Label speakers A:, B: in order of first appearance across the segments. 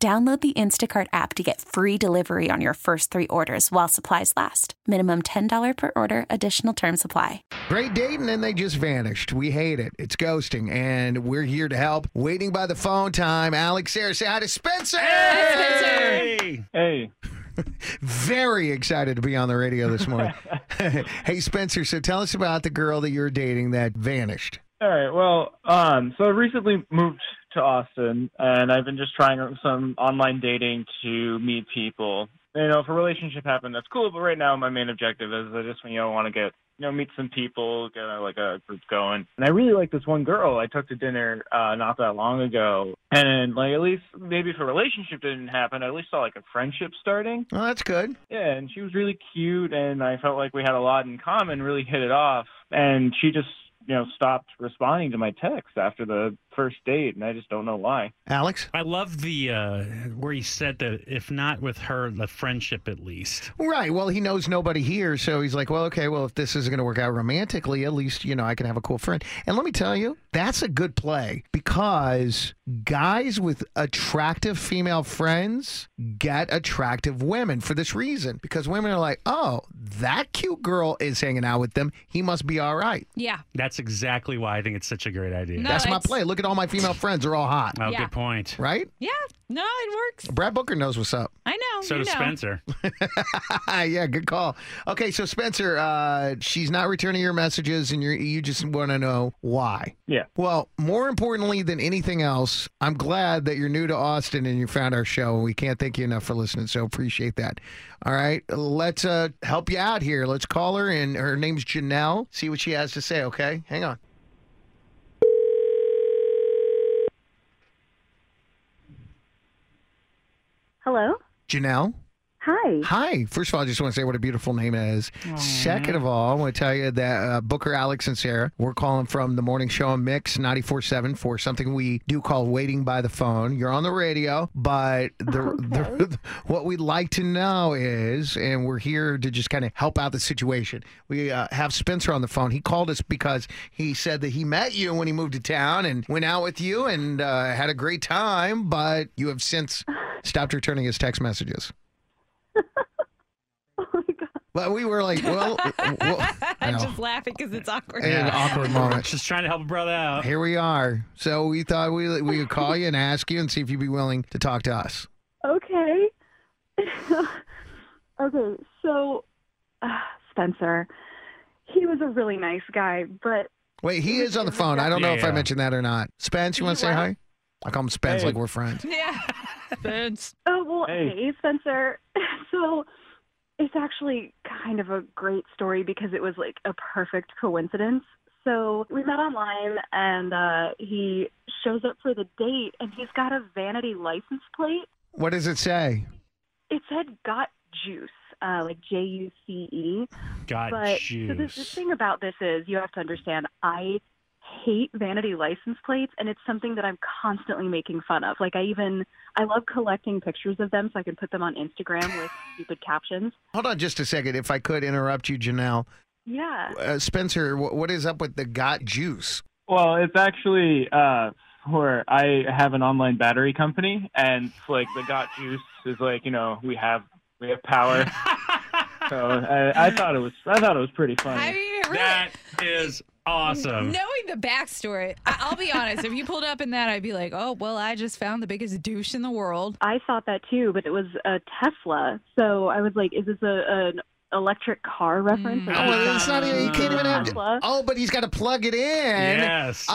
A: Download the Instacart app to get free delivery on your first three orders while supplies last. Minimum $10 per order, additional term supply.
B: Great date, and then they just vanished. We hate it. It's ghosting, and we're here to help. Waiting by the phone time. Alex here. Say hi to Spencer.
C: Hey,
B: Very excited to be on the radio this morning. hey, Spencer. So tell us about the girl that you were dating that vanished.
C: all right. Well, um, so I recently moved to Austin, and I've been just trying some online dating to meet people. You know, if a relationship happened, that's cool. But right now, my main objective is I just you know want to get you know meet some people, get uh, like a group going. And I really like this one girl I took to dinner uh, not that long ago, and like at least maybe if a relationship didn't happen, I at least saw like a friendship starting.
B: Well, that's good.
C: Yeah, and she was really cute, and I felt like we had a lot in common, really hit it off. And she just, you know, stopped responding to my texts after the first date, and I just don't know why.
B: Alex?
D: I love the uh, where he said that if not with her, the friendship at least.
B: Right. Well, he knows nobody here, so he's like, well, okay, well, if this isn't going to work out romantically, at least, you know, I can have a cool friend. And let me tell you, that's a good play because guys with attractive female friends get attractive women for this reason because women are like, oh, that cute girl is hanging out with them. He must be all right.
E: Yeah.
D: That's exactly why I think it's such a great idea.
E: No.
B: That's my
E: it's-
B: play. Look at all my female friends. They're all hot,
D: oh,
E: Yeah.
D: good point.
B: right?
E: Yeah. No, it works.
B: Brad Booker knows what's up.
E: I know.
D: So
E: you
D: does
E: know.
D: Spencer.
B: yeah, good call. Okay, so Spencer, uh, she's not returning your messages, and you you just want to know why.
C: Yeah.
B: Well, more importantly than anything else, I'm glad that you're new to Austin and you found our show, and we can't thank you enough for listening. So appreciate that. All right, let's uh, help you out here. Let's call her, and her name's Janelle. See what she has to say. Okay, hang on.
F: Hello.
B: Janelle.
F: Hi.
B: Hi. First of all, I just want to say what a beautiful name it is. Second of all, I want to tell you that uh, Booker, Alex, and Sarah, we're calling from the morning show on Mix 94.7 for something we do call Waiting by the Phone. You're on the radio, but the, the, what we'd like to know is, and we're here to just kind of help out the situation. We uh, have Spencer on the phone. He called us because he said that he met you when he moved to town and went out with you and uh, had a great time, but you have since stopped returning his text messages.
F: Oh my god.
B: But we were like, well, well I
E: I'm
B: know.
E: just laughing because it's awkward.
B: Yeah. An awkward moment.
D: Just trying to help a brother out.
B: here we are. So we thought we we would call you and ask you and see if you'd be willing to talk to us.
F: Okay. okay. So, uh, Spencer, he was a really nice guy, but
B: Wait, he is on the phone. I don't know if I
D: Yeah.
B: mentioned that or not. Spence, you want to say hi? I call him Spence,
C: Hey.
B: like we're friends.
E: Yeah. Spence.
F: oh well.
C: Hey.
F: Hey, Spencer. so, it's actually kind of a great story because it was like a perfect coincidence. So we met online, and uh, he shows up for the date, and he's got a vanity license plate.
B: What does it say?
F: It said "got juice," uh, like J U C E.
D: God,
F: But so the, the
D: juice.
F: thing about this is, you have to understand, I hate vanity license plates, and it's something that I'm constantly making fun of. Like I even, I love collecting pictures of them so I can put them on Instagram with stupid captions.
B: Hold on just a second, if I could interrupt you, Janelle.
F: Yeah.
B: Uh, Spencer, wh- what is up with the got juice?
C: Well, it's actually uh, where I have an online battery company, and it's like the Got Juice is like, you know, we have we have power. so I, I thought it was I thought it was pretty funny.
E: I mean, it really.
D: That is awesome.
E: Knowing the backstory, I- I'll be honest. If you pulled up in that, I'd be like, "Oh, well, I just found the biggest douche in the world."
F: I thought that too, but it was a Tesla. So I was like, is this a, an electric car reference?
E: Mm.
F: Or
B: Oh, well, it's not. You can't even have.
F: Tesla?
B: Oh, but he's got to plug it in.
D: Yes.
B: Oh. Uh,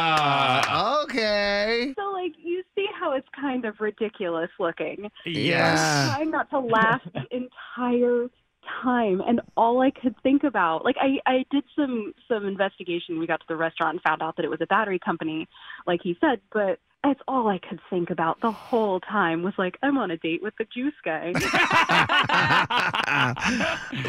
D: Ah.
B: Ah, okay.
F: So like, you see how it's kind of ridiculous looking.
B: Yeah.
D: Yes.
F: trying not to laugh the entire time and all I could think about like I, I did some some investigation we got to the restaurant and found out that it was a battery company like he said but It's all I could think about the whole time was like, I'm on a date with the juice guy.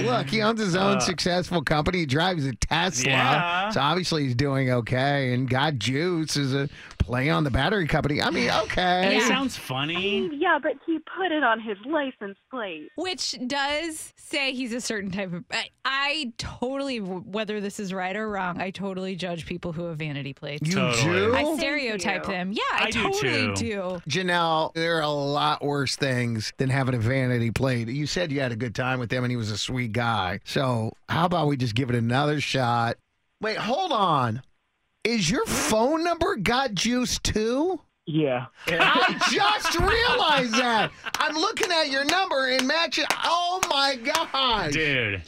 B: Look, he owns his own
D: Uh,
B: successful company. He drives a Tesla.
D: Yeah.
B: So obviously he's doing okay. And God Juice is a play on the battery company. I mean, okay.
D: It sounds
F: I
D: funny.
F: mean, yeah, but he put it on his license plate.
E: Which does say he's a certain type of. I, I totally, whether this is right or wrong, I totally judge people who have vanity plates.
B: You
D: Totally.
B: do?
E: I stereotype
F: you.
E: them. Yeah, I,
D: I do
E: totally
D: too.
E: do.
B: Janelle, there are a lot worse things than having a vanity plate. You said you had a good time with him and he was a sweet guy. So how about we just give it another shot? Wait, hold on. Is your phone number got juice too?
C: Yeah.
B: I just realized that. I'm looking at your number and matching. Oh my god!
D: Dude,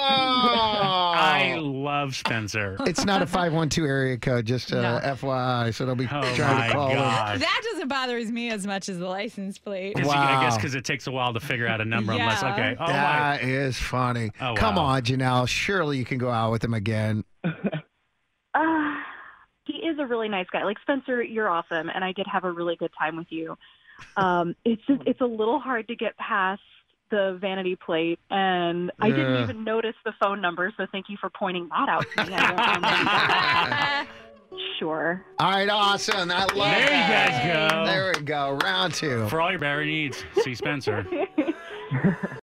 B: Wow!
D: I love Spencer.
B: it's not a five one two area code, just uh,
E: No.
B: FYI. So don't be
D: Oh
B: trying
D: my
B: to call. in.
D: God.
E: That doesn't bother me as much as the license plate.
D: Is it- I guess
B: Wow.
D: because it takes a while to figure out a number unless,
E: Yeah.
D: okay. Oh, my.
B: That is funny.
D: Oh,
B: Come
D: wow.
B: on, Janelle. Surely you can go out with him again.
F: Uh, he is a really nice guy. Like Spencer, you're awesome, and I did have a really good time with you. Um, it's just it's a little hard to get past the vanity plate, and I didn't
B: Yeah.
F: even notice the phone number. So thank you for pointing that out to me. I don't know that you got that. Sure.
B: All right, awesome. I love
D: There you
B: that.
D: guys go.
B: There we go. Round two.
D: For all your Barry needs, see Spencer.